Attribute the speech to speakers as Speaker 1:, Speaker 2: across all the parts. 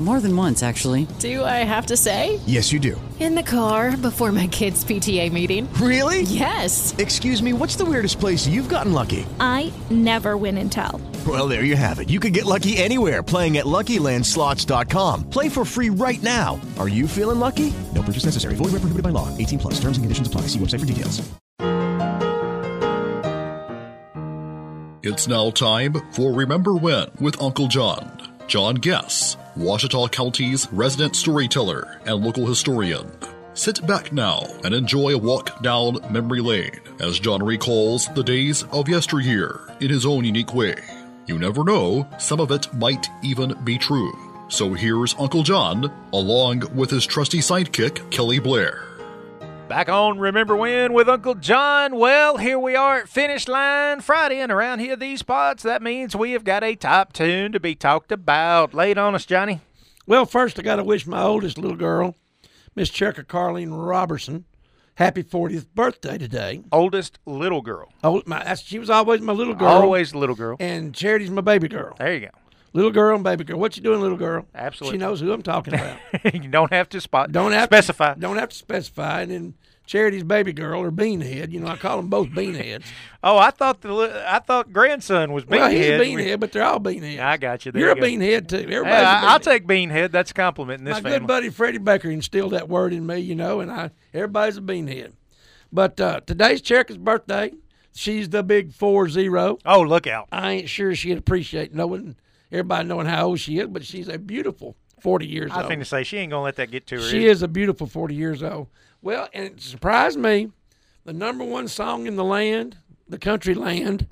Speaker 1: More than once, actually.
Speaker 2: Do I have to say?
Speaker 3: Yes, you do.
Speaker 4: In the car before my kids' PTA meeting.
Speaker 3: Really?
Speaker 4: Yes.
Speaker 3: Excuse me, what's the weirdest place you've gotten lucky?
Speaker 5: I never win and tell.
Speaker 3: Well, there you have it. You can get lucky anywhere playing at LuckyLandSlots.com. Play for free right now. Are you feeling lucky? No purchase necessary. Void where prohibited by law. 18 plus. Terms and conditions apply. See website for details.
Speaker 6: It's now time for Remember When with Uncle John. John Guess, Washita County's resident storyteller and local historian. Sit back now and enjoy a walk down memory lane as John recalls the days of yesteryear in his own unique way. You never know, some of it might even be true. So here's Uncle John, along with his trusty sidekick, Kelly Blair.
Speaker 7: Back on Remember When with Uncle John. Well, here we are at Finish Line Friday, and around here, these parts, that means we have got a top tune to be talked about. Lay it on us, Johnny.
Speaker 8: Well, first, I got to wish my oldest little girl, Miss Checker Carleen Robertson, happy 40th birthday today.
Speaker 7: Oldest little girl.
Speaker 8: Oh, my, that's- she was always my little girl.
Speaker 7: Always little girl.
Speaker 8: And Charity's my baby girl.
Speaker 7: There you
Speaker 8: Little girl and baby girl. What you doing, little girl?
Speaker 7: Absolutely.
Speaker 8: She knows who I'm talking about.
Speaker 7: go. you don't have to spot.
Speaker 8: Don't have
Speaker 7: specify.
Speaker 8: To, don't have to specify. And then Charity's baby girl or beanhead. You know, I call them both beanheads.
Speaker 7: Oh, I thought the li- I thought grandson was beanhead.
Speaker 8: well, he's a beanhead, but they're all beanheads.
Speaker 7: I got you. There
Speaker 8: You're
Speaker 7: you
Speaker 8: a
Speaker 7: go.
Speaker 8: beanhead too. Everybody's
Speaker 7: Hey,
Speaker 8: a
Speaker 7: I, I'll
Speaker 8: beanhead.
Speaker 7: take beanhead. That's a compliment in this
Speaker 8: My
Speaker 7: family.
Speaker 8: good buddy Freddie Baker instilled that word in me, you know, and I everybody's a beanhead. But uh, today's Cherica's birthday. She's the big four zero.
Speaker 7: Oh, look out!
Speaker 8: I ain't sure she'd appreciate knowing everybody knowing how old she is, but she's a beautiful forty years
Speaker 7: I was
Speaker 8: old.
Speaker 7: finna say she ain't gonna let that get to her.
Speaker 8: She is a beautiful 40 years old. Well, and it surprised me. The number one song in the land, the country land,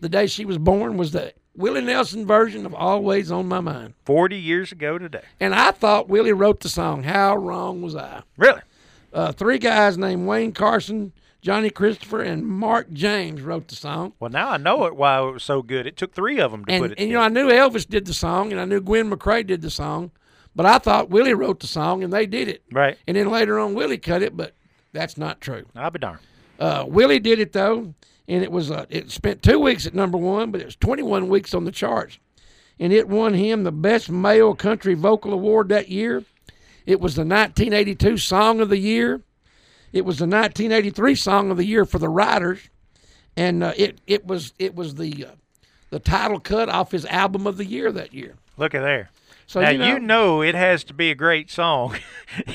Speaker 8: the day she was born was the Willie Nelson version of Always on My Mind.
Speaker 7: Forty years ago today.
Speaker 8: And I thought Willie wrote the song. How wrong was I?
Speaker 7: Really?
Speaker 8: Uh, three guys named Wayne Carson, Johnny Christopher, and Mark James wrote the song.
Speaker 7: Well, now I know it. Why it was so good. It took three of them to
Speaker 8: And,
Speaker 7: put it.
Speaker 8: and you know, I knew Elvis did the song, and I knew Gwen McCrae did the song, but I thought Willie wrote the song, and they did it.
Speaker 7: Right.
Speaker 8: And then later on, Willie cut it, but that's not true.
Speaker 7: I'll be darned.
Speaker 8: Uh, Willie did it though, and it was uh, it spent two weeks at number one, but it was 21 weeks on the charts, and it won him the best male country vocal award that year. It was the 1982 Song of the Year. It was the 1983 Song of the Year for the writers, and uh, it it was it was the uh, the title cut off his album of the year that year.
Speaker 7: Look at there.
Speaker 8: So
Speaker 7: now
Speaker 8: you know,
Speaker 7: it has to be a great song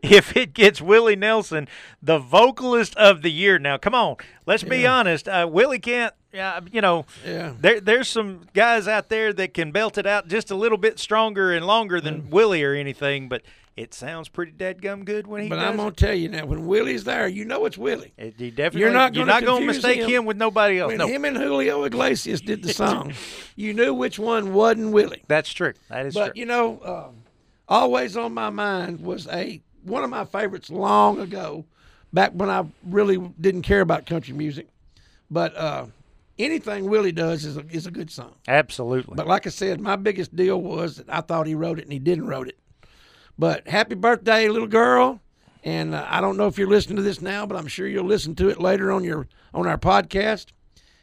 Speaker 7: if it gets Willie Nelson, the vocalist of the year. Now, come on, let's be honest. Uh, Willie can't. Uh, you know,
Speaker 8: Yeah.
Speaker 7: there there's some guys out there that can belt it out just a little bit stronger and longer than
Speaker 8: Mm.
Speaker 7: Willie or anything, but it sounds pretty dadgum good when he
Speaker 8: but
Speaker 7: does.
Speaker 8: I'm gonna tell you now, when Willie's there, you know it's Willie.
Speaker 7: it. It- you definitely,
Speaker 8: You're not
Speaker 7: you're
Speaker 8: gonna
Speaker 7: not gonna
Speaker 8: confuse
Speaker 7: mistake
Speaker 8: him.
Speaker 7: him. with nobody else.
Speaker 8: When
Speaker 7: no,
Speaker 8: him and Julio Iglesias did the song, you knew which one wasn't Willie.
Speaker 7: that's true. That is
Speaker 8: But
Speaker 7: true.
Speaker 8: you know, um, always on my mind was a one of my favorites long ago, back when I really didn't care about country music. But uh, anything Willie does is a, is a good song.
Speaker 7: Absolutely.
Speaker 8: But like I said, my biggest deal was that I thought he wrote it and he didn't wrote it. But happy birthday, little girl. And uh, I don't know if you're listening to this now, but I'm sure you'll listen to it later on your on our podcast.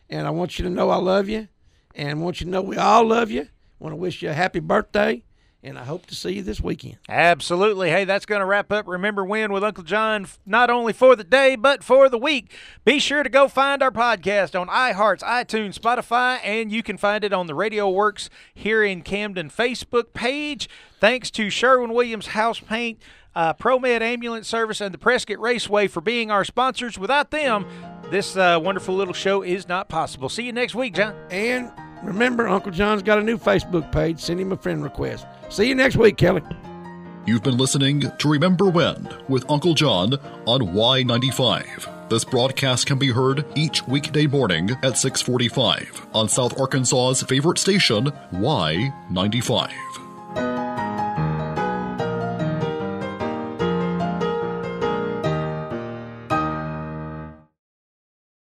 Speaker 8: And I want you to know I love you, and I want you to know we all love you. Want to wish you a happy birthday, and I hope to see you this weekend.
Speaker 7: Absolutely. Hey, that's going to wrap up Remember When with Uncle John, f- not only for the day, but for the week. Be sure to go find our podcast on iHearts, iTunes, Spotify, and you can find it on the Radio Works here in Camden Facebook page. Thanks to Sherwin Williams House Paint, uh, ProMed Ambulance Service, and the Prescott Raceway for being our sponsors. Without them, this uh, wonderful little show is not possible. See you next week, John.
Speaker 8: And remember, Uncle John's got a new Facebook page. Send him a friend request. See you next week, Kelly.
Speaker 6: You've been listening to Remember When with Uncle John on Y95. This broadcast can be heard each weekday morning at 645 on South Arkansas's favorite station, Y95.